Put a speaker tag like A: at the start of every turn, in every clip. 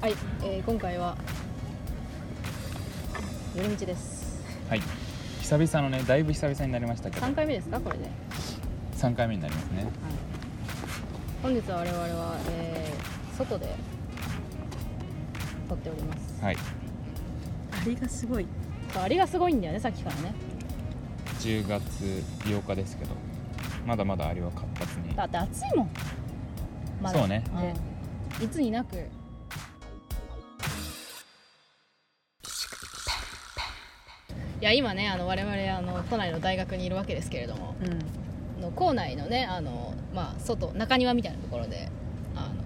A: はい、えー今回は寄り道です
B: はい久々のねだいぶ久々になりましたけど
A: 3回目ですかこれで、はい、
B: 3回目になりますね
A: 本日は我々は、えー外で撮っております
B: はい
C: アリがすごい
A: あれがすごいんだよねさっきからね
B: 10月8日ですけどまだまだアリは活発に
A: だって暑いもんまだ
B: そうね
A: うんいつになくいや今ねあの我々あの都内の大学にいるわけですけれども
C: うん
A: あの校内のねあの、まあ、外中庭みたいなところであの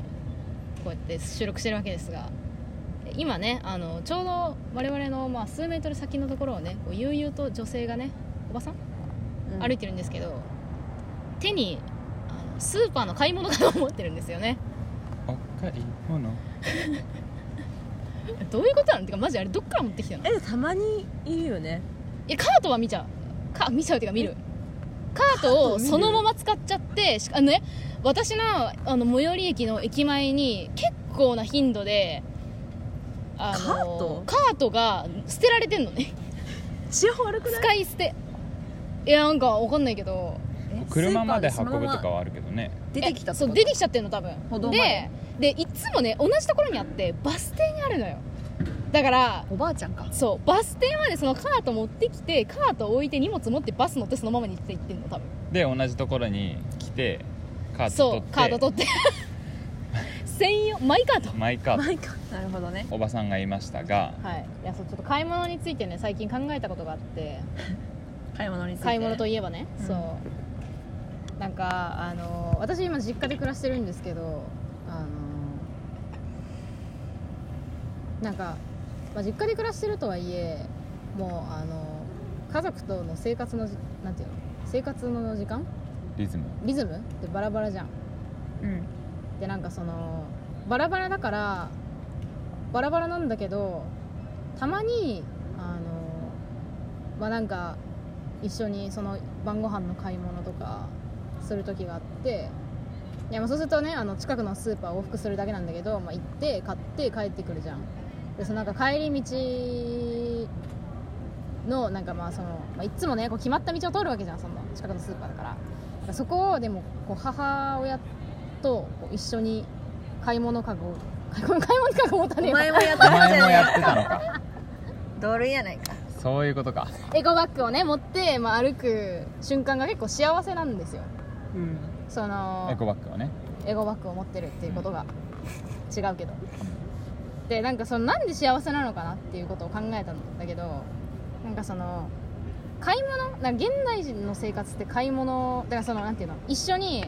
A: こうやって収録してるわけですが今ねあのちょうど我々の、まあ、数メートル先のところをねこう悠々と女性がねおばさん歩いてるんですけど、手にあのスーパーの買い物かと思ってるんですよね
B: お買い物
A: どういうことなのってかマジあれどっから持ってきたの
C: えたまにいるよね
A: えカートは見ちゃうか見ちゃうっていうか見るカートをそのまま使っちゃってしかあのね私のあの最寄り駅の駅前に結構な頻度であ
C: カート
A: カートが捨てられてんのね
C: 地方悪くない
A: 使い捨ていやなんかわかんないけど
C: え
B: 車まで
C: スーパー
B: 運ぶと
C: そ
B: か
C: のまま
B: はあるけどね
C: 出てきた
A: え
C: って
A: そ
C: こと
A: う出てきちゃってんの多
C: 歩
A: 分
C: 道ま
A: で
C: で
A: でいつもね同じところにあってバス停にあるのよだから
C: おばあちゃんか
A: そうバス停までそのカート持ってきてカート置いて荷物持ってバス乗ってそのままに行って行ってんの多分
B: で同じところに来てカート
A: そ
B: 取
A: う
B: って
A: カード取って 専用マイカート
B: マイカー
C: マイカなるほどね
B: トおばさんがいましたが
A: はいいやそうちょっと買い物についてね最近考えたことがあって
C: 買い物について
A: 買い物と
C: い
A: いえばね、
C: うん
A: そうなんかあの私今実家で暮らしてるんですけどあのなんか、まあ、実家で暮らしてるとはいえもうあの家族との生活のじなんていうの生活の時間
B: リズム
A: リズムってバラバラじゃん
C: うん
A: でなんかそのバラバラだからバラバラなんだけどたまにあのまあなんか一緒にその晩ご飯の買い物とかする時があっていやまあそうするとねあの近くのスーパー往復するだけなんだけど、まあ、行って買って帰ってくるじゃんでそのなんか帰り道のなんかまあその、まあ、いつもねこう決まった道を通るわけじゃんその近くのスーパーだからだからそこをでもこう母親とこう一緒に買い物かご買い物買い物かご持た
C: お
A: ねえわ
C: 前もやっ
B: お
C: たんじ
B: 前
C: ゃ
B: も
C: ない
B: やってたのか
C: 同類やないか
B: そういうことか
A: エコバッグをね持って、まあ、歩く瞬間が結構幸せなんですよ
C: うん
A: その
B: エコバッグをね
A: エゴバッグを持ってるっていうことが違うけどでなんかそのなんで幸せなのかなっていうことを考えたんだけどなんかその買い物なんか現代人の生活って買い物だからそのなんていうの一緒に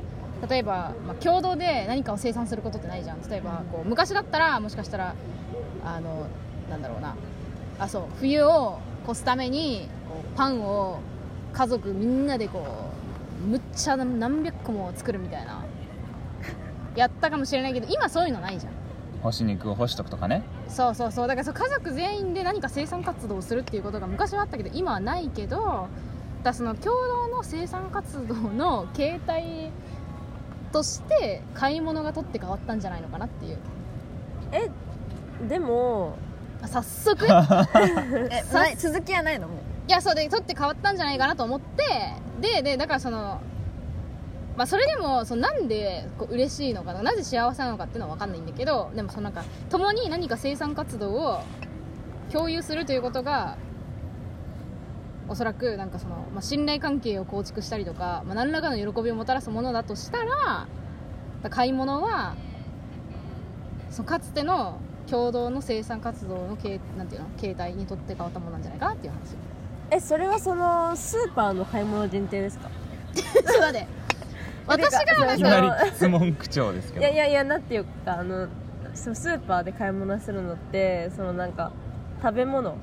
A: 例えば、まあ、共同で何かを生産することってないじゃん例えばこう昔だったらもしかしたらあのなんだろうなあそう冬を越すためにこうパンを家族みんなでこうむっちゃ何百個も作るみたいなやったかもしれないけど今そういうのないじゃん
B: 干し肉を干しとくとかね
A: そうそうそうだからそう家族全員で何か生産活動をするっていうことが昔はあったけど今はないけどだからその共同の生産活動の形態として買い物が取って変わったんじゃないのかなっていう
C: えでも
A: あ早速い
C: えない続きはないのもう
A: やそうで取って変わったんじゃないかなと思ってででだからそのまあ、それでもそのなんでこう嬉しいのかななぜ幸せなのかっていうのは分かんないんだけどでもそのなんか共に何か生産活動を共有するということがおそらくなんかその、まあ、信頼関係を構築したりとか、まあ、何らかの喜びをもたらすものだとしたらだから買い物はそのかつての共同の生産活動の形なんていうの形態にとって変わったものなんじゃないかなっていう話ちょ
C: えそれはそのスーパーの買い物限定ですか
A: っと 待って私が
C: な
B: いうきなり質問口調ですけ
C: い
B: ど
C: やいやいやなんていうかあのそうスーパーで買い物するのってそのなんか食べ物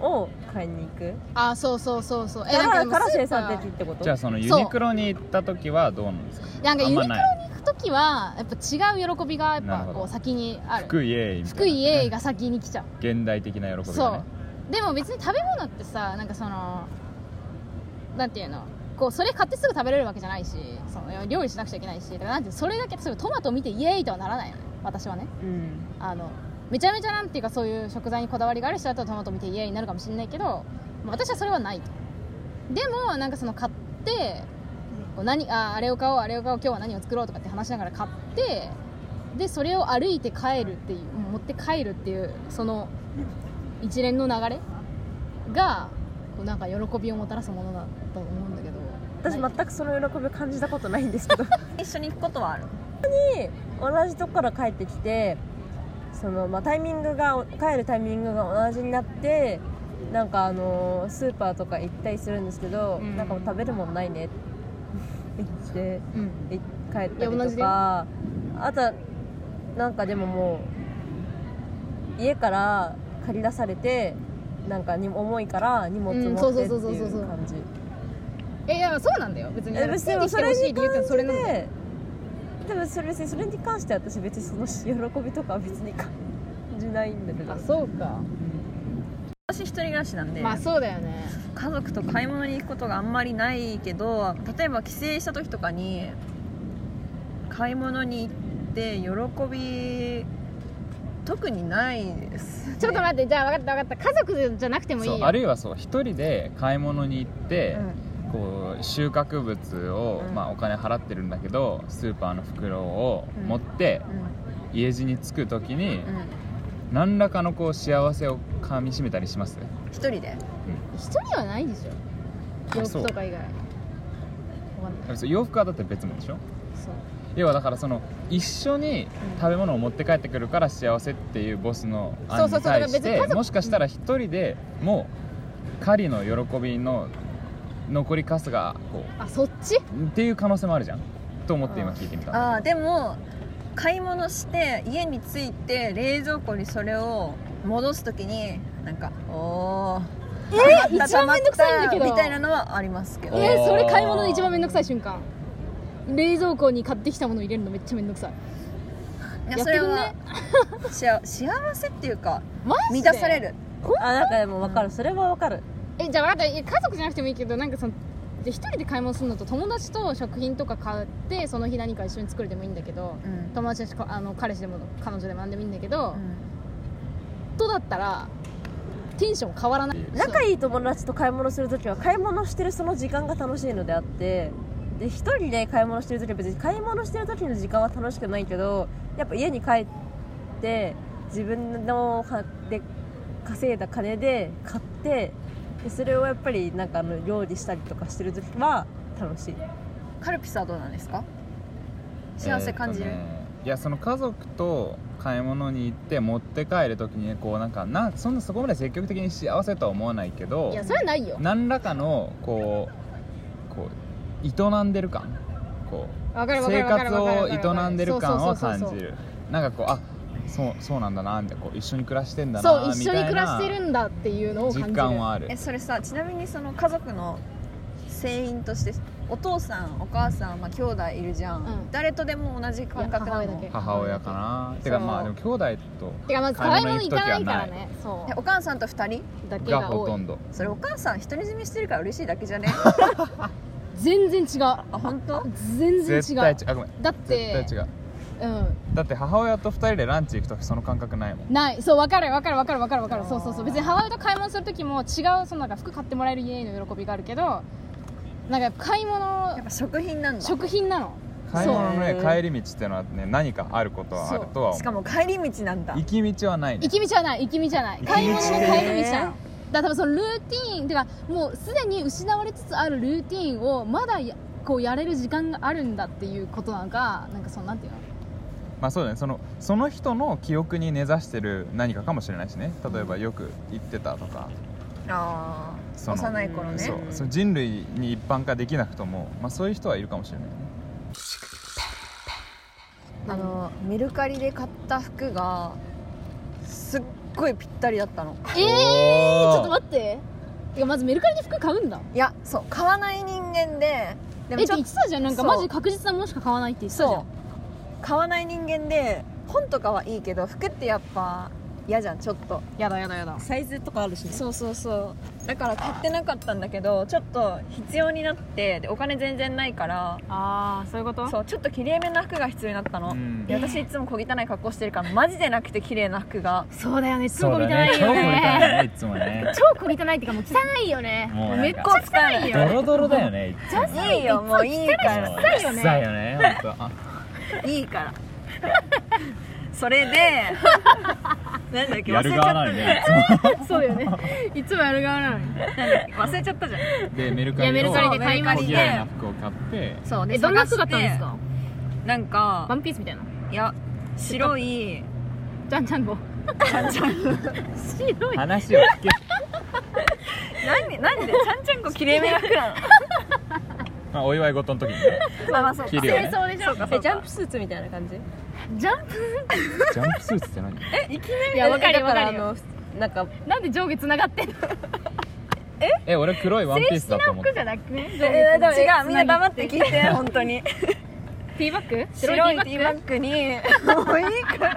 C: を買いに行く
A: あそうそうそうそう
C: だから
A: でも
C: から
A: スー
C: 生
A: パー
C: 産的ってこと
B: じゃあそのユニクロに行った時はどうなんですか
A: なんかユニクロ
B: あんま
A: に
B: ない
A: 行く時はやっぱ違う喜びがやっ
B: なる
A: ぱ
B: ほど
A: こう先にある
B: 福井へみたいな
A: 福井 A が先に来ちゃう
B: 現代的な喜びがね
A: そうでも別に食べ物ってさなんかそのなんていうのこうそれ買ってすぐ食べれるわけじゃないしその料理しなくちゃいけないしだからなんていうのそれだけ例えばトマト見てイエーイとはならないのね私はね
C: うん
A: あのめちゃめちゃなんていうかそういう食材にこだわりがある人だとトマト見て嫌になるかもしれないけどまあ私はそれはないとでもなんかその買ってこう何ああれを買おうあれを買おう今日は何を作ろうとかって話しながら買ってでそれを歩いて帰るっていう持って帰るっていうその一連の流れがこうなんか喜びをもたらすものだと思うんだけど
C: 私全
A: ま
C: くその喜びを感じたことないんです けど一緒に行くことはある本当に同じとこから帰ってきてその、まあ、タイミングが帰るタイミングが同じになってなんかあのスーパーとか行ったりするんですけど、
A: うん
C: なんかもう食べるもんないねって言って
A: うん
C: い帰った
A: いや同じだ
C: りと
A: よ
C: かあとはなんかでももう家から借り出されてなんかに重いから荷物
A: うん
C: 持
A: そう
C: っ
A: そ
C: て
A: う
C: って
A: そうそう
C: い
A: そうそう
C: う感じ。
A: えいやそうなんだよ別に
C: え別
A: つい
C: に
A: てき
C: そ
A: てほ
C: れ
A: しい
C: に
A: 理由って
C: 関
A: それなんだよ
C: してでもそれ別にそれに関しては私別にその喜びとかは別に感じないんだけど
A: あそうか
D: 私一人暮らしなんで、
A: まあそうだよね
D: 家族と買い物に行くことがあんまりないけど例えば帰省した時とかに買い物に行って喜び特にないです、ね、
A: ちょっと待ってじゃあ分かった分かった家族じゃなくてもいい
B: そう
A: よ
B: あるいはそう一人で買い物に行って、
D: うん
B: こう収穫物を、
D: うん
B: まあ、お金払ってるんだけどスーパーの袋を
D: うん
B: 持って
D: うん
B: 家路に着く時に、
D: うん
B: 何らかのこう幸せをかみしめたりします
D: 一人で
A: 一人はないでしょ洋服とか以外わかんない
B: そう洋服はだって別物でしょ
A: そう
B: 要はだからその一緒に食べ物を持って帰ってくるから幸せっていうボスの案
A: そう
B: に
A: そうそうだから
B: 対
A: 別に
B: し
A: 家
B: て
A: 族
B: もしかしたら一人でもう狩りの喜びの残りかすがこ
A: あそっち
B: うっていう可能性もあるじゃんと思って今聞いてみた
D: ああでも買い物して家に着いて冷蔵庫にそれを戻す時になんか「おー
A: え一番めんどくさいんだけど
D: みたいなのはありますけ
A: え
D: ど
B: お
A: ーそれ買い物で一番めんどくさい瞬間冷蔵庫に買ってきたもの入れるのめっちゃめんどくさい
D: い
A: や
D: や
A: っ
D: そ
A: て
D: れ
A: くん
D: は
A: ね
D: 幸幸せっていうか
A: マジで
D: 満たされる
C: あなんかでも分かるそれは分かる
A: えじゃあ分かったいや家族じゃなくてもいいけどなんかそので一人で買い物するのと友達と食品とか買ってその日何か一緒に作るでもいいんだけど
D: うん
A: 友達だしあの彼氏でも彼女でも何でもいいんだけど、
D: うん
A: とだったらテンション変わらない
C: 仲いい友達と買い物するときは買い物してるその時間が楽しいのであってで一人で買い物してるときは別に買い物してるときの時間は楽しくないけどやっぱ家に帰って自分のかで稼いだ金で買ってでそれをやっぱりなんかあの料理したりとかしてるときは楽しい
D: カルピスはどうなんですか幸せ感じる、
B: えーとねいやその家族と買い物に行って持って帰る時にこうなんかなそんなそこまで積極的に幸せとは思わないけど
A: いやそれはないよ
B: 何らかのこうこう営んでる感こう
A: わかるわか
B: 生
A: るわかる
B: 活を営んでる感を
A: そうそう
B: 感
A: そう
B: じ
A: そう
B: るなんかこうあそうそうなんだなみたいなこう一緒に暮らしてんだ
A: そ
B: な
A: う
B: み
A: 一緒
B: た
A: に
B: い
A: 暮ら
B: な
A: してるんだっていうのを感じ
B: 実
A: る
B: 感はある
D: えそれさちなみにその家族の成員としてお父さんお母さん、まあ、兄弟いるじゃん、
A: うん
D: 誰とでも同じ感覚な
A: や母親
D: い
A: だ
D: の
A: け
B: 母親かなてか
D: そう
B: まあでも兄弟と
A: てかまず買い物行かないからねそ
D: えお母さんと2人
A: うだけ
B: が
A: が
B: ほ
A: 多
B: と
A: い
B: んど
D: それお母さん独り占めしてるから嬉しいだけ じゃね
A: 全然違う
D: あ本当
A: 全然違
B: 絶対
A: う
B: 違うあごめん
A: だっ
B: 絶
A: て
B: 対違う
A: うん
B: だって母親と2人でランチ行く時その感覚ないもん
A: ないそう分かる分かる分かる分かる分かる
D: あー
A: そうそうそう別に母親と買い物する時も違うそのなんか服買ってもらえる家の喜びがあるけどなんか買い物
D: やっぱ食品なんだ
A: 食品なの
B: 買い物のね
C: そ
B: 帰
C: う
B: り道っていうのはね何かあることはあるとは
D: しか
B: 思う
D: も帰り道なんだ
B: 行き道はない
A: 行
B: ね
A: き道はない行き道はない
B: 行き道
A: 買い物の
B: ね
A: 帰り道なのだから多分そのルーティーンてかもうすでに失われつつあるルーティーンをまだやこうやれる時間があるんだっていうことなのかなんかそのなんていうの
B: まあそうだねそのその人の記憶に根ざしてる何かかもしれないしね例えばよく行ってたとか
D: あ
B: そ
D: あ
B: の
D: 幼い頃ね
B: そうその人類に一般化できなくとも、まあ、そういう人はいるかもしれないね
D: あのメルカリで買った服がすっごいぴったりだったの
A: ええ
B: え
A: ちょっと待っててかまずメルカリで服買うんだ
D: いやそう買わない人間でで
A: えっ
D: も
A: て
D: ちょっ
A: 言ってたじゃんなんか
D: そう
A: マジで確実なものしか買わないって言ってたじゃ
D: そ
A: ん
D: う買わない人間で本とかはいいけど服ってやっぱ嫌じゃんちょっと
A: やだやだやだ
C: サイズとかあるしね
D: そうそうそうだから買ってなかったんだけどちょっと必要になってでお金全然ないから
A: ああそういうこと
D: そうちょっときれいめな服が必要になったの、
B: うん
D: で私いつも小汚い格好してるからマジでなくて綺麗な服が
A: そうだよね超
B: そ
A: 小汚
B: う
A: いよ
B: だね超汚い
A: ね
B: ねいつもね
A: 超小汚いっていうかもう汚いよね
B: もうなんか
A: めっちゃ汚い
B: ド
A: よ
B: ロドロだよねいつも
D: いいよもういいから
A: 臭いよね
B: 臭いよね本当あ
D: いいから それでなんだっけ
B: やる
D: 忘れちゃった
B: 側
D: じ
B: な
D: ゃ
B: の
D: ん
B: に
D: なんだ
B: ねいつも
A: そうよねいつもやる側なのに
D: っけ忘れちゃったじゃん
B: でメルカリ
A: いやメル
B: を
A: カリで買いま
B: 小
A: し
B: 嫌
A: て
B: いな服を買って
D: そう
A: えどんな服だったんですか
D: なん
A: ワ
D: か
A: ンピースみたいない
D: や白い
A: じゃんじゃんご 白い
B: 話を聞け
D: なんでなんでちゃんちゃんこきれいめな服なの
B: まあお祝い事の時にね
D: まあまあそうか
B: 着るよ
A: 清
B: ね
A: 掃でしょ
D: かそ
C: え
D: う
C: ジャン
D: か
C: プスーツみたいな感じ
A: ジャンプ
B: ジャンプスーツって何
A: いやわかるよ
C: えだ
A: わ
C: ら
A: かるよ
C: あのなんか
A: なんで上下つながってんの
B: え俺黒いワン ピースだと思っ
A: 服じ
B: た
A: ゃなくね
D: え
A: 上下つ
D: 違
A: な
D: うみんな黙って聞いて本当に
A: ティーバッグ
D: 白
A: 白
D: い
A: い
D: テ
A: テ
D: ィ
A: ィ
D: ー
A: ー
D: バ
A: バッ
D: ッ
A: グ
D: グにもういいから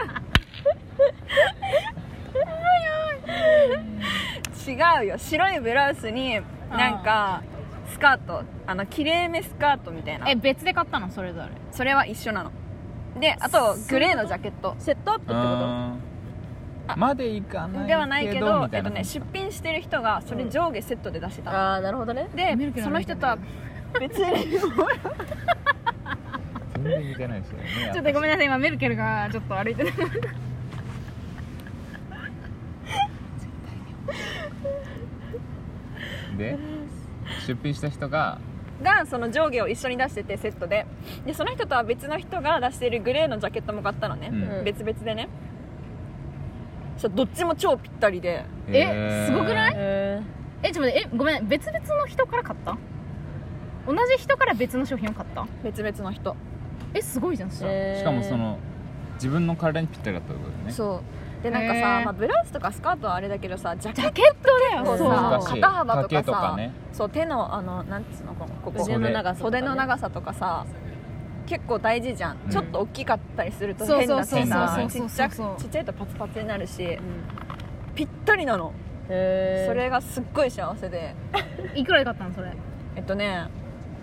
D: 違うよ白いブラウスになんかスカートあのきれいめスカートみたいな
A: え別で買ったのそれぞれ
D: それは一緒なのであとグレーのジャケット
C: セットアップって
B: う
C: こ
B: ーんまでいかないけど
D: ではないけど
B: みた
D: え
B: い
D: っ
B: な
D: とね出品してる人がそれ上下セットで出して
C: と
D: たの、
C: ああなるほどね
D: で
A: メルケル
D: そ
A: の
D: の人とは別に
B: 全然似てないですよね
A: ちょっとごめんなさい今メルケルがちょっと歩いてる
B: で出品した人が
D: がその上下を一緒に出しててセットででその人とは別の人が出してるグレーのジャケットも買ったのね、
B: うん
D: 別々でねそしたらどっちも超ぴったりで
A: え
B: へー
A: すごくない
C: え
A: えちょっと待ってえごめん別々の人から買った同じ人から別の商品を買った
D: 別々の人
A: えすごいじゃんそしたら
B: しかもその自分の体にぴったりだったってことだよね
D: そうでなんか
A: へ
D: さ、
A: ー
D: まあ、ブラウスとかスカートはあれだけどさジャケ
A: ジ
D: ッ
A: ャケットだ
D: ト
A: よ
D: を
A: そう
D: さ
B: 難しい
D: 肩幅とかさ
B: 丈とかね
D: そう手のあのなんつうのこここ
C: 腕の長さとかね
D: 袖の長さとかさ結構大事じゃん、
B: うん
D: ちょっと大きかったりすると
A: そう
D: 変だし
B: そうそう
D: さ
B: そう
D: ちっちゃく
A: そうそうそう
D: ちっちゃいとパツパツになるし
C: うん
D: ぴったりなの
C: へー
D: それがすっごい幸せで
A: いくらで買ったのそれ
D: えっとね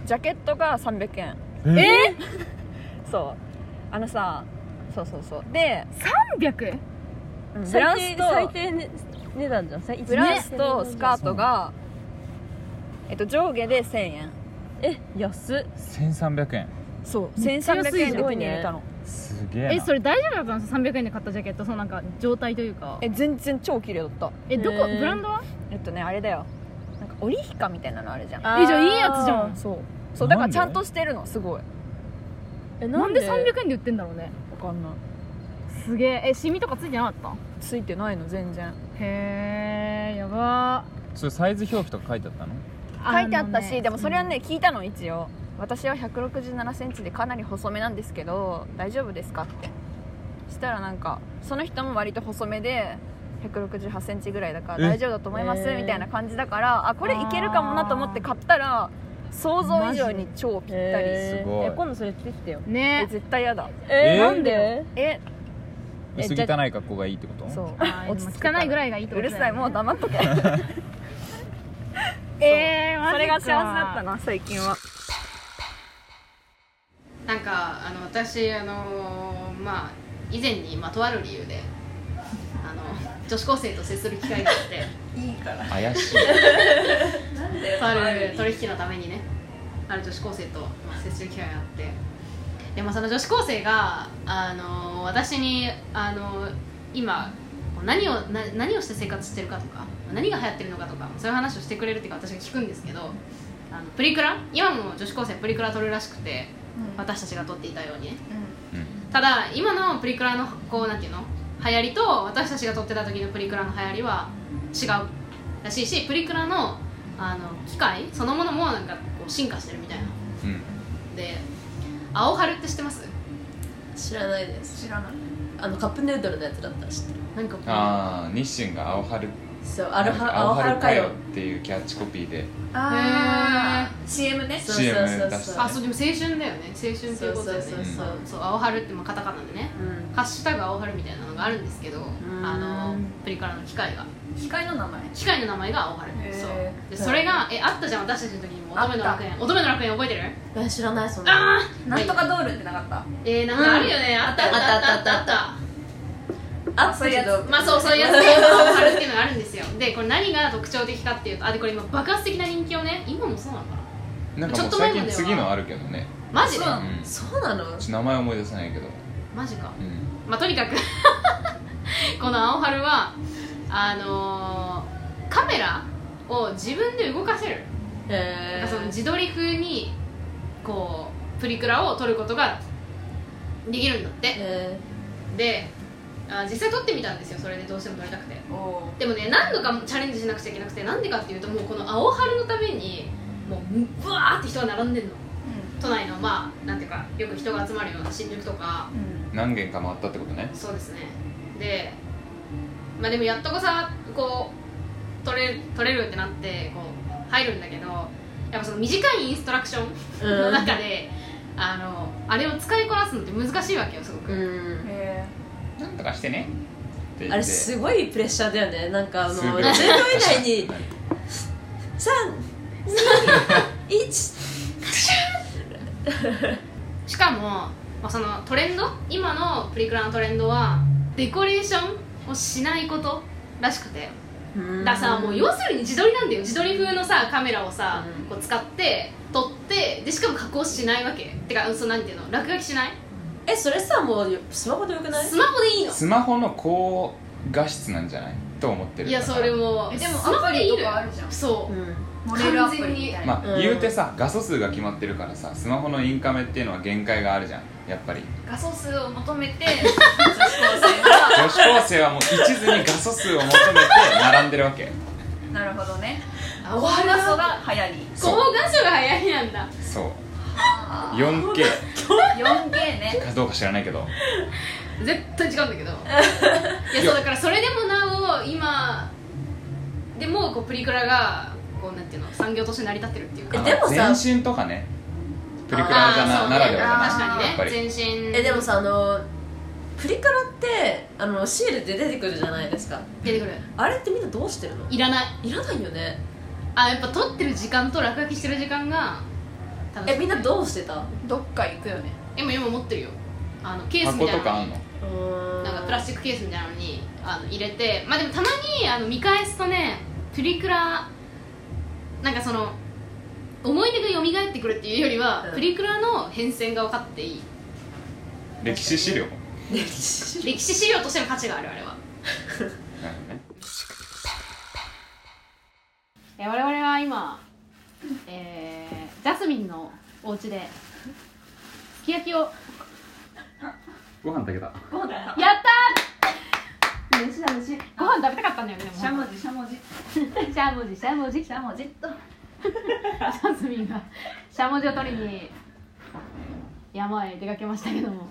D: ジャケットが300円
A: え
D: そうあのさそうそうそうで
A: 300
D: うんブラウ
C: 最
D: ス
C: 低
D: と
C: 最低ね値段じゃん最
D: ブラウスとスカートが、えっと、上下で1000円
C: え安っ
B: 1300円
D: そう
A: めっちゃ安い
D: 1300円で手
C: すごい
D: に
C: ね
D: 入れたの、
B: すげえな
A: えそれ大丈夫だったのその300円で買ったジャケットそのなんか状態というか
D: え全然超綺麗だった
A: えどこ
C: へー
A: ブランドは
D: えっとねあれだよなんか織ひかみたいなのあるじゃん
A: えじゃあいいやつじゃん
D: そうそうだからちゃんとしてるのすごい
C: え
A: なんで300円で売ってんだろうね
D: わかんない
A: すげええシミとかついてなかっ
D: ついてないの全然
A: たへえやば
B: それサイズ表記とか書いてあったの
D: 書いてあったし、でもそれはね聞いたの一応私は1 6 7ンチでかなり細めなんですけど大丈夫ですかってしたらなんかその人も割と細めで1 6 8ンチぐらいだから
B: え
D: 大丈夫だと思います
C: えー
D: みたいな感じだからあこれいけるかもなと思って買ったら想像以上に超ぴったり
B: ジ
D: え
B: すごい
C: え今度それ着てきてよ
A: ね
D: 絶対やだ
B: えー
C: なんで
D: え
C: え
B: 薄汚い格好がいいってこと
D: そう
A: あー
D: 落ち着く
A: 汚いぐら
D: い
A: いがいいって
D: う
A: こと
D: る
A: だ
D: さい
A: よね
D: もう黙っとけ
A: えーマジか
D: それが幸せだったな最近は
E: なんかあの私あのまあ以前にまあとある理由であの女子高生と接する機会があっ
B: 怪しい
E: てとある取引のためにねある女子高生と、まあ、接する機会があってで、まあ、その女子高生があの私にあの今何をな何をして生活してるかとか何が流行ってるのかとかそういう話をしてくれるっていうか私が聞くんですけどあのプリクラ今も女子高生プリクラ撮るらしくて、私たちが撮っていたようにねただ今のプリクラのこうなんていうの流行りと私たちが撮ってた時のプリクラの流行りは違うらしいしプリクラのあの機械そのものもなんかこう進化してるみたいな
B: うん
E: で青春って知ってます
C: 知らないです知らないあのカップヌードルのやつだったら知ってる
E: なんかこう
B: ああ日清が青春
C: そう
B: ア
C: アルハ青春かよ
B: っていうキャッチコピーで
E: あー
C: CM ねそう
B: CM
C: そうそう
B: 出し
C: そう
B: た
E: あそうでも青春だよね青春っていうことだよね
C: そう
B: そうそう
E: そう青春ってまあカタカナでね
C: うん
E: ハッシュタグ青春みたいなのがあるんですけど
D: ん
E: あのプリクラの機械が
F: 機械の名前
E: 機械の名前が青春
F: へー
E: そうでそれがえあったじゃん私たちの時にも乙女の楽園乙女の楽園覚えてる
F: え知らないそん
E: あ
F: な
E: あ
F: なんとかドールってなかった
E: えー、なんかあるよね、あったあったあったあったあった
F: あったけど
E: まあそうそういうやつ で青春っていうのがあるんですよでこれ何が特徴的かっていうとあでこれ今爆発的な人気をね今もそうなのかな
B: なん
E: ち
B: かも
E: ょっ
B: う
E: と前
B: 最近次
E: までは
B: のあるけどね
E: マジで
F: そうな
B: うん
F: のそうなの
B: ちょっと名前思い出せないけど
E: マジか
B: うん
E: まあとにかく この青春はあのーカメラを自分で動かせるなん
F: へ
E: かその自撮り風にこうプリクラを撮ることができるんだって
F: え
E: であ実際撮ってみたんですよそれでどうしても撮りたくて
F: おお
E: でもね何度かチャレンジしなくちゃいけなくてなんでかっていうともうこの青春のためにもうブワーって人が並んでんの都内のまあなんていうかよく人が集まるような新宿とか
B: 何軒か回ったってことね
E: そうですねでまあでもやっとこさこう取れ取れるってなってこう入るんだけどやっぱその短いインストラクションの中で、あのあれを使いこなすのって難しいわけよすごく、
F: うんへ
B: なんとかしてねって言って
C: あれすごいプレッシャーだよねなんかあの
B: す
C: 10
B: ごい
C: 秒以内に321
E: しかも、まあ、そのトレンド今のプリクラのトレンドはデコレーションをしないことらしくてだからさもう要するに自撮りなんだよ自撮り風のさカメラをさ、
C: うん
E: こう使って撮ってでしかも加工しないわけてかそうなんていうの落書きしない
C: えそれさもうスマホでよくない
E: スマホでいいの
B: スマホの高画質なんじゃないと思ってる
E: いやそれも
F: えで
E: ス
F: も
E: マ
F: ア
E: ホ
F: プ
E: でい
F: リ
E: い
F: と
E: のよ
F: かあるじゃん
E: そう、
F: モデルアプリみたいな
B: まあ、
C: うん
B: 言うてさ画素数が決まってるからさスマホのインカメっていうのは限界があるじゃんやっぱり
F: 画素数を求めて
B: 女子高生はもう一途に画素数を求めて並んでるわけ
F: なるほどね
E: あ
F: 高
E: お花
F: 画
E: そ
F: 素
E: が
F: が流行り
E: 高画素が流行りなんだ
B: そう 4K
F: 4K ね
B: かどうか知らないけど
E: 絶対違うんだけどいやそうだからそれでもなお今でもこうプリクラがこうなんていうの産業として成り立ってるっていう
C: え
E: か
C: でもさ
B: 全身とかねプリクラじゃ
E: あ
B: な
E: あ
B: ならでは
E: そう
B: だな
E: ね
B: やっ
E: 確
B: ぱ
E: かに
B: り
E: ね全身
C: えでもさあのプリクラってあのシールで出てくるじゃないですか
E: 出てくる
C: あれってみんなどうしてるの
E: いらない
C: いらないよね
E: あやっぱ撮ってる時間と落書きしてる時間が多分
C: えみんなどうしてたう
F: どっか行くよね
E: 今今持ってるよあのケースみ
B: 箱と
E: たいな
B: か
E: の
B: あん
E: に
B: の
C: ーん
E: なんかプラスチックケースみたいなのにあの入れてまあでもたまにあの見返すとねプリクラなんかその思い出が蘇ってくるっていうよりは、
C: うん
E: プリクラの変遷が分かっていい
B: 歴史資料
C: 歴史
E: 歴史資料としての価値があるあれは
B: なるほどね
E: え我々は今、えー、ジャスミンのお家ですき焼きをやっ
B: ご飯炊けた
E: たー飯だ飯ご飯食べたかったんだよねでも
F: しゃもじしゃもじ
E: しゃもじしゃもじしゃもじっとジャスミンがしゃもじを取りに山へ出かけましたけども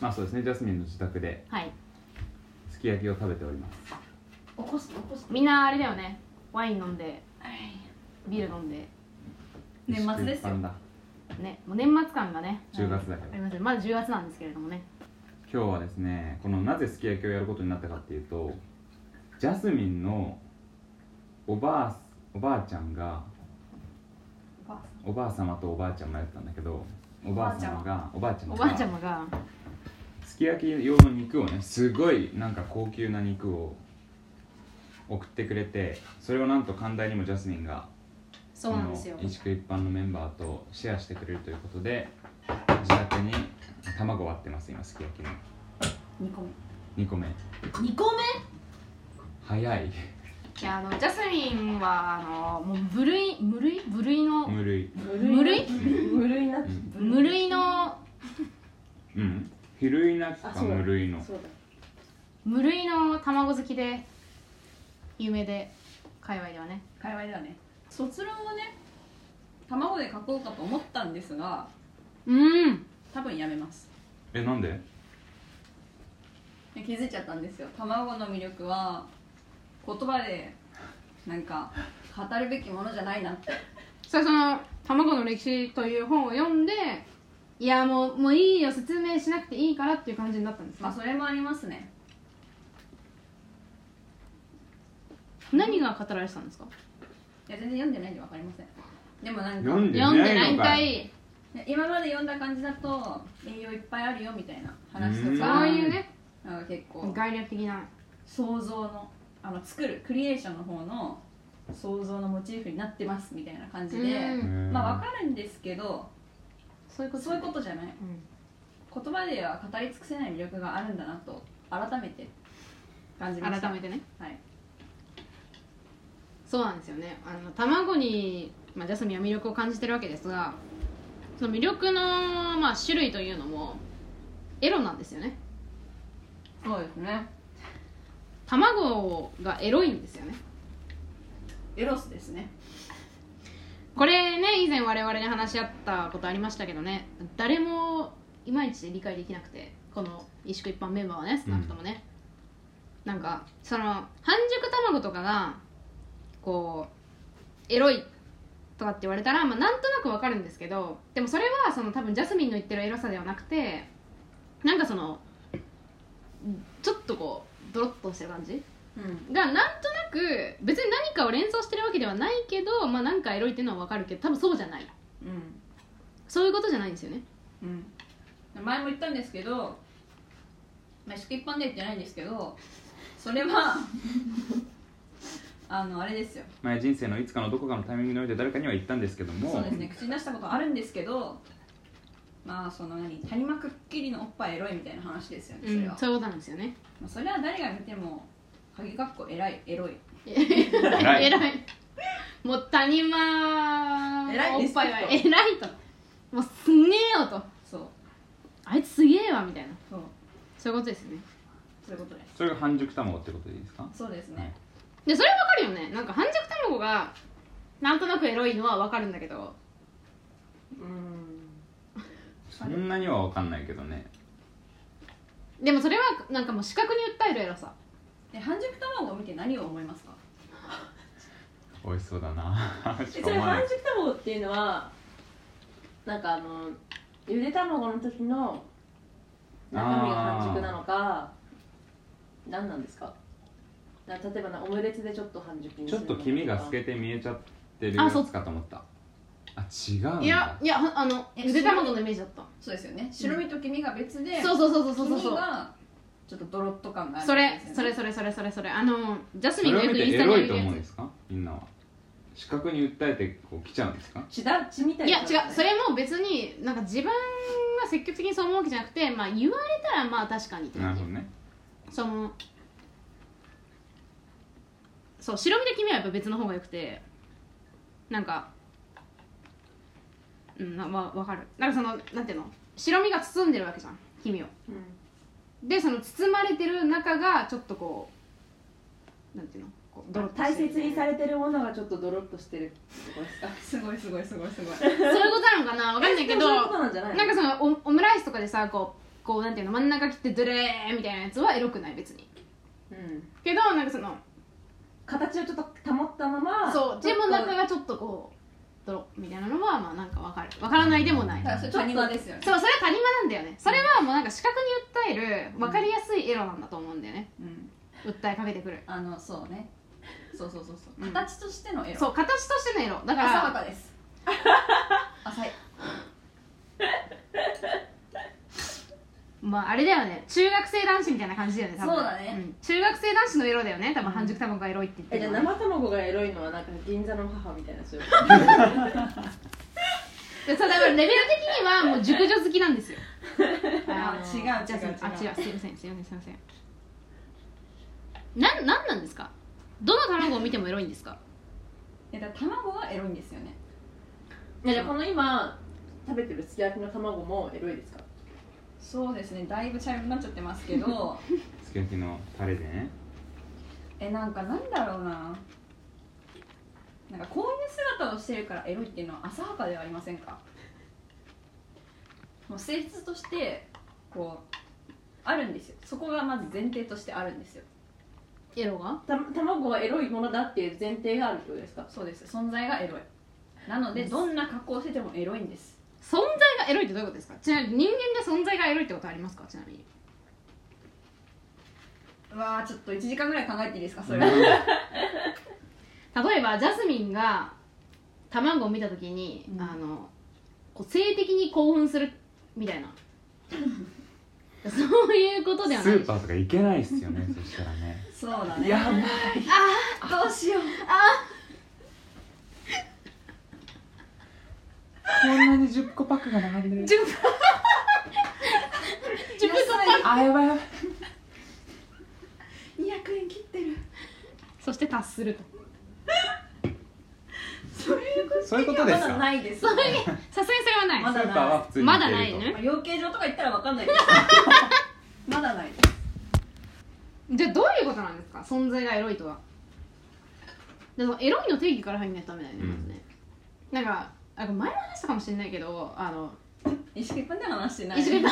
B: まあそうですねジャスミンの自宅で
E: はい
B: すき焼きを食べております
F: 起こす起こす
E: みんなあれだよねワイン飲んでビール飲んで
F: 年末ですよ
B: だ
E: ねもう年末感がね
B: 10月だけ
E: ありますねまだ10月なんですけれどもね
B: 今日はですねこのなぜすき焼きをやることになったかっていうとジャスミンのおばあおばあちゃんがおばあ様とおばあちゃんもやってたんだけどおばあ様がおばあちゃん
E: お
B: が
E: ばあちゃまが
B: すき焼き用の肉をねすごいなんか高級な肉を送ってくれてそれをなんと寛大にもジャスミンが
E: そうなんですよ
B: この一区一般のメンバーとシェアしてくれるということで自宅に卵を割ってます今すき焼きの
F: 2個目
B: 2個目
C: 2個目
B: 早い
E: いやあのジャスミンはあのもう無類無類無類の
B: 無類
E: 無類
C: 無類な
B: うん
E: 無類の
B: うん比類なきか無類の
C: そうだ
E: 無類の卵好きで有名で界隈ではね
F: 界隈ではね卒論をね卵で書こうかと思ったんですが
E: うん
F: 多分やめます
B: えなんで
F: で気づいちゃったんですよ卵の魅力は言葉でなんか語るべきものじゃないなって
E: それはその「卵の歴史」という本を読んでいやもうもういいよ説明しなくていいからっていう感じになったんですよ、
D: まあそれもありますね
E: 何が語られてたんですか
D: いや全然読んでないんで分かりませんでもなん
B: 読ん
D: か
B: で
E: 読んでないん
B: か
E: か
B: い
E: い
D: 今まで読んだ感じだと栄養いっぱいあるよみたいな話と
E: そ
B: ん
D: か
E: ういうね
D: なんか結構
E: 概略的な
D: 想像のあの作るクリエーションの方の想像のモチーフになってますみたいな感じで、
E: うん
D: まあ分かるんですけど
E: そういうこと
D: そういうことじゃない
E: うん
D: 言葉では語り尽くせない魅力があるんだなと改めて感じました
E: 改めてね
D: はい
E: そうなんですよねあの卵に、まあ、ジャスミンは魅力を感じてるわけですがその魅力の、まあ、種類というのもエロなんですよね
D: そうですね
E: 卵がエロいんですよね
D: エロスですね
E: これね以前我々で話し合ったことありましたけどね誰もいまいち理解できなくてこの一宿一般メンバーはね少なくともね、なんかその半熟卵とかがこうエロいとかって言われたら、まあ、なんとなくわかるんですけどでもそれはその多分ジャスミンの言ってるエロさではなくてなんかそのちょっとこうドロッとしてる感じ
D: うん
E: がなんとなく別に何かを連想してるわけではないけど、まあ、なんかエロいっていうのは分かるけど多分そうじゃない
D: うん
E: そういうことじゃないんですよね
D: うん前も言ったんですけどまあ宿一般で言ってないんですけどそれはあのあれですよ
B: 前人生のいつかのどこかのタイミングにおいて誰かには言ったんですけども
D: そうですね口に出したことあるんですけどまあその何谷間くっきりのおっぱいエロいみたいな話ですよねそれは、
E: うん、そういうことなんですよね
D: まあ、それは誰が見ても鍵かっこ偉いエロい
B: 偉い
E: 偉い もう谷間
D: 偉
E: の
D: い
E: おっぱいは
D: リ
E: 偉
D: ス
E: いともうすげえよと
D: そう
E: あいつすげえわみたいな
D: そう
E: そういうことですよね
D: そういうことです
B: それが半熟卵ってことでいいですか
D: そうですね
E: でそれは分かるよねなんか半熟卵がなんとなくエロいのは分かるんだけど
B: そんなには分かんないけどね
E: でもそれはなんかもう視覚に訴えるエロさ
D: で半熟卵を見て何を思いますか
B: 美味しそうだ な
C: え
B: し
C: そ
B: か
C: れ
B: 思わな
C: 半
B: い
C: 熟卵っていうのはなんかあのゆで卵の時の中身が半熟なのか何なんですかな例えばなオムレツでちょっと半熟にす
B: ちょ
C: る
B: っ
C: の
B: と
C: か
B: 黄身が透けて見えちゃってる
E: あ
B: や
E: そう
B: つかと思ったあ違うんだ
E: いやいやあの
D: え
E: ゆで卵のイメージだった
D: そうですよね白身と黄身が別で、
E: そうそうそうそうそう
D: 黄
E: そ
D: 身
E: う
D: がちょっとドロッと感がある
E: それ
D: やつです
E: そ
D: よね
E: れそれそれそれそれあのジャス
B: そ
E: ミン
B: れ
E: が
B: を
E: よ
B: 見
E: く
B: て
E: インス
B: エ
E: タに
B: ロい
E: 上げ
B: と
E: る
B: 思う
E: や
B: んですかみんなは視覚に訴えてこう来ちゃうんですか
C: 血だ血みた
E: つ
C: い
E: い
C: な
E: や違うそれも別になんか自分が積極的にそう思うわけじゃなくてまあ言われたらまあ確かにって
B: な
E: 感
B: る
E: じ
B: ほどね
E: そのそう白身と黄身はやっぱ別の方がよくてなんかうんなわわかるなんかそのなんていうの白身が包んでるわけじゃん黄身を
C: うん
E: でその包まれてる中がちょっとこうなんていうのこうドロッと
C: 大
E: してる
C: 切にされてるものがちょっとドロッとしてるってことですか
D: すごいすごいすごいすごい
E: そういうことなのかなわかんない
C: で
E: け
C: も
E: ど
C: そういうことなんじゃないの
E: なんかそのオオムライスとかでさこうこうなんていうの真ん中切ってドレーみたいなやつはエロくない別に
C: うん
E: けどなんかその
C: 形をちょっと保ったまま
E: そう
C: ち
E: で
C: ょっと
E: も中がちょっとこうドロッみたいなのはまあなんかわかるわからないでもない
D: だからそれ谷間ですよね
E: そうそれは谷間なんだよねそれはもうなんか視覚に訴えるわかりやすいエロなんだと思うんだよね
D: うん
E: 訴えかけてくる
D: あのそうねそうそうそうそううん形としてのエロ
E: そう形としてのエロだか
D: 浅
E: ら
D: はかです 浅い
E: まああれだよね中学生男子みたいな感じだよね多分
D: そうだね
E: ん中学生男子のエロだよね多分半熟卵がエロいって言って
C: え
E: る
C: じゃあ
E: のはね
C: 生卵がエロいのはなんか銀座の母みた いなそういうこ
E: でそうだからレベル的にはもう熟女好きな んですよ
D: あ
E: の
D: 違う違う違う
E: ジャスミンあ違うすいませんすいませんすいませんなんなんなんですかどの卵を見てもエロいんですか
D: えだから卵はエロいんですよね
C: とえじゃあこの今食べてるすき焼きの卵もエロいですか
D: そうですねだいぶ茶色になっちゃってますけど
B: すき焼きのタレでね
D: えなんかなんだろうななんかこういう姿をしてるからエロいっていうのは浅はかではありませんかもう性質としてこうあるんですよそこがまず前提としてあるんですよ
E: エロが
C: た卵はエロいものだっていう前提があるってことですか
D: そうです存在がエロいなのでどんな格好をしててもエロいんです
E: 存在ががエロいってどういうことですかちなみに人間で存在がエロいってことありますかちなみに
D: うわーちょっと1時間ぐらい考えていいですかそれは
B: う
E: 例えばジャスミンが卵を見た時に、
D: うん
E: あのこう性的に興奮するみ たいなそういうことで
B: ん
E: は
B: ス
E: ない
B: ー
E: でし
B: パ
E: ょ
B: ーとか行けないっすよ ねそしたらね
D: そうだね
B: やばい
D: どうしよう
B: こんなに10個パックが並んでる
E: 自分の
B: あやばいやばい
D: 200円切ってる
E: そして達すると
D: そういうこと
B: そういうことですか
D: まだないです
E: そういうさすがにそれはない、
D: ま
B: ス
D: だ
B: ーパーは普通に
E: まだない
B: ね
E: ね
D: まあ養鶏場とか行ったら分かんないですまだない
E: じゃあどういうことなんですか存在がエロいとはでもエロいの定義から入んないとダメだよね、
B: うん
E: まずねなんかあ前も話したかもしれないけどあの
D: 意識君で話してない
E: 一緒に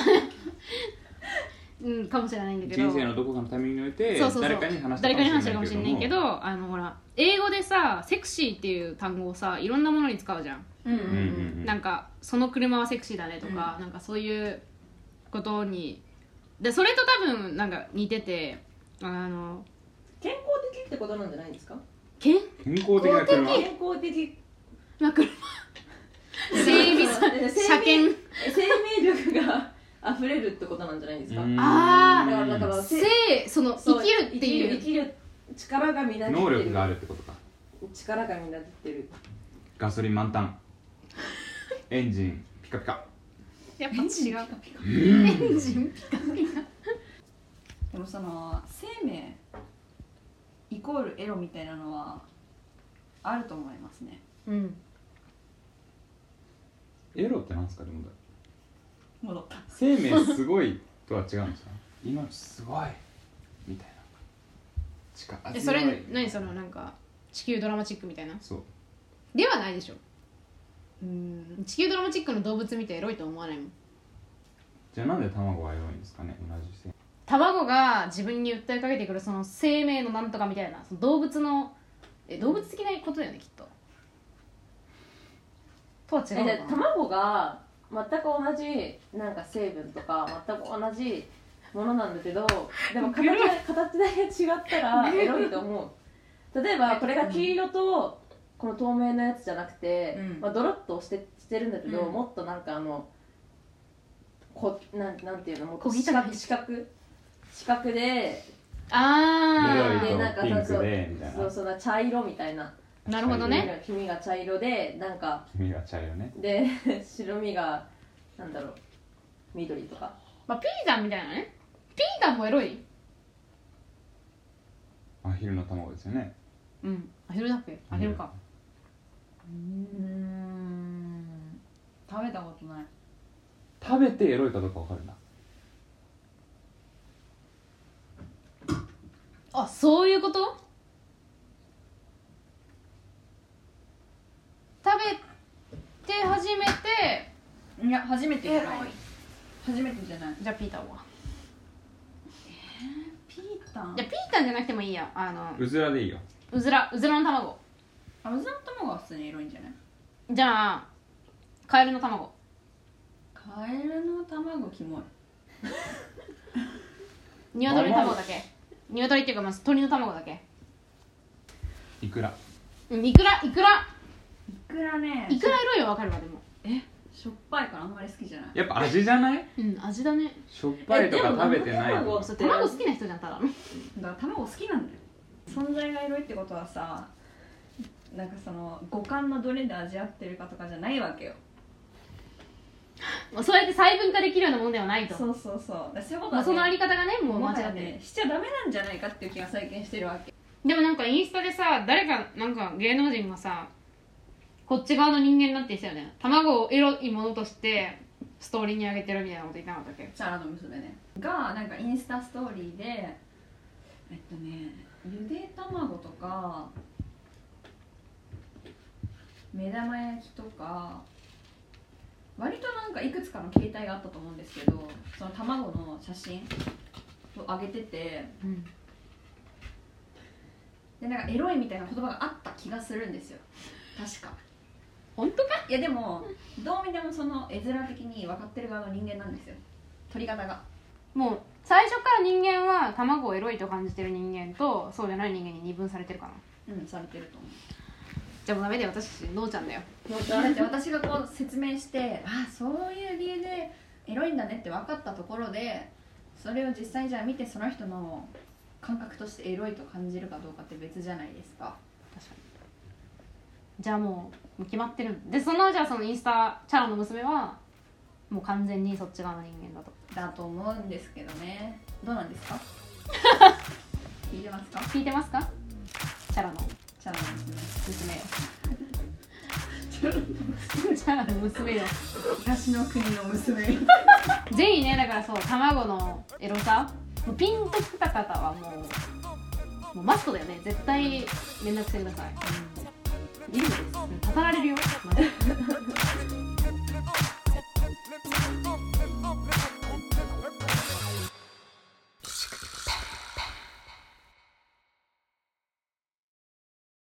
E: うんかもしれないんだけど
B: 人生のどこかのタイミングにおいて
E: そうそうそう
B: 誰かに話
E: 誰かに話し
B: してた
E: るかもしれないけどあのほら英語でさ「セクシー」っていう単語をさいろんなものに使うじゃん、
D: うんうんう
B: うんうんう
D: ん
B: ん
E: なんか「その車はセクシーだね」とか、なんかそういうことにでそれと多分なんか似ててあの
C: 健康的ってことなんじゃないんですか
E: けん
B: 健康的な車
C: 健康 的
E: な車整備さ車検
C: 生命力が溢れるってことなんじゃないですか、
B: うん
E: あ
C: だからだからせ
E: 生その
C: そ
E: 生きるってい
C: 生きる生
E: う
C: きる力がみなぎって
B: 能
C: る
B: 力があるってことか
C: 力がみなぎってる
B: ガソリン満タン エンジンピカピカ
E: やっぱ違うエンジンピカピカ
D: でもその生命イコールエロみたいなのはあると思いますね
E: うん
B: エロってなんですかでも
D: 戻った
B: 生命すごいとは違うんですか命すごいみたいな力強い
E: えそれ何そのなんか地球ドラマチックみたいな
B: そう
E: ではないでしょうん地球ドラマチックの動物見てエロいと思わないもん
B: じゃあなんで卵はエロいんですかね同じ性
E: 卵が自分に訴えかけてくるその生命のなんとかみたいなその動物のえ動物的なことだよねきっととは
C: え
E: 違う
C: じゃ
E: の
C: あ
E: かな
C: 卵が全く同じなんか成分とか全く同じものなんだけどでも形が形だけ違ったらエロいと思う例えばこれが黄色とこの透明なやつじゃなくて、
D: うん
C: まあ、ドロッとしてしてるんだけど、
D: うん
C: もっとなんかあのこなんなんていうのもっと
E: 小汚い
C: 四角四角四角で
E: あ
C: で
B: 緑
C: なん
B: と
C: か
B: ピン
C: そう
B: クでみたい
C: そ
B: な
C: うそうな茶色みたいな
E: あなるほどね
C: 黄身が茶色でなんか
B: 君が茶色ね
C: で白身がなんだろう緑とか
E: まあ、ピータンみたいなねピータンもエロい
B: アヒルの卵ですよね
E: うんアヒルだっけアヒルか、
D: うん食べたことない
B: 食べてエロいかどうかわかるな
E: あそういうこと食べて初めて
D: いや初めてじゃない初めてじゃない
E: じゃあピータンは
D: ピータン
E: じゃあピータンじゃなくてもいいやあの
B: うずらでいいよ
E: うずらうずらの卵
D: あうずらの卵は普通にエロいんじゃない
E: じゃあカエルの卵
D: カエルの卵キモい
E: 鶏の卵だけ鶏っていうかまあ鳥の卵だけ
B: いくら
E: うんいくらいくら
D: いくらね
E: いくらエロいはわかるわでも
D: しょっぱいからあんまり好きじゃない
B: やっぱ味じゃない
E: うん味だね
B: しょっぱいとか食べてない
C: えでも
B: と
C: 生卵って
E: 卵好きな人じゃんただの
D: だから卵好きなんだよ存在がエロいってことはさなんかその五感のどれで味合ってるかとかじゃないわけよ
E: もうそうやって細分化できるようなものではないと
D: そうそうそうだからそういうこと
E: まあ、その
D: は
E: あ
D: ね
E: り方がねもう
D: も
E: 間違っ
D: は
E: て
D: や
E: る、
D: ねしちゃダメなんじゃないかっていう気が最近してるわけ
E: でもなんかインスタでさ誰かなんか芸能人がさこっち側の人間になってきたよね卵をエロいものとしてストーリーに上げてるみたいなこと言ってなかったっけ
D: チャラの娘ねがなんかインスタストーリーでえっとねゆで卵とか目玉焼きとか割となんかいくつかの携帯があったと思うんですけどその卵の写真を上げてて
E: うん
D: でなんかエロいみたいな言葉があった気がするんですよ確か
F: 本当かいやでもどう見てもその絵面的に分かってる側の人間なんですよ取り方が
E: もう最初から人間は卵をエロいと感じてる人間とそうじゃない人間に二分されてるかな
F: うんされてると思う
E: じゃあもうダメだよ私たちのーちゃんだよ
F: だって私がこう説明してあそういう理由でエロいんだねって分かったところでそれを実際じゃあ見てその人の感覚としてエロいと感じるかどうかって別じゃないですか
E: じゃあもうもう決まってるでそのじゃあそのインスタチャラの娘はもう完全にそっち側の人間だと
F: だと思うんですけどねどうなん ですか聞いてますか
E: 聞いてますかチャラの
F: チャラなんですね
E: 娘よチャラの娘よ
F: 東の国の娘
E: ぜひねだからそう卵のエロさもうピンときた方はもうもうマストだよね絶対連絡してください、うん、いいですうん語られるよマジで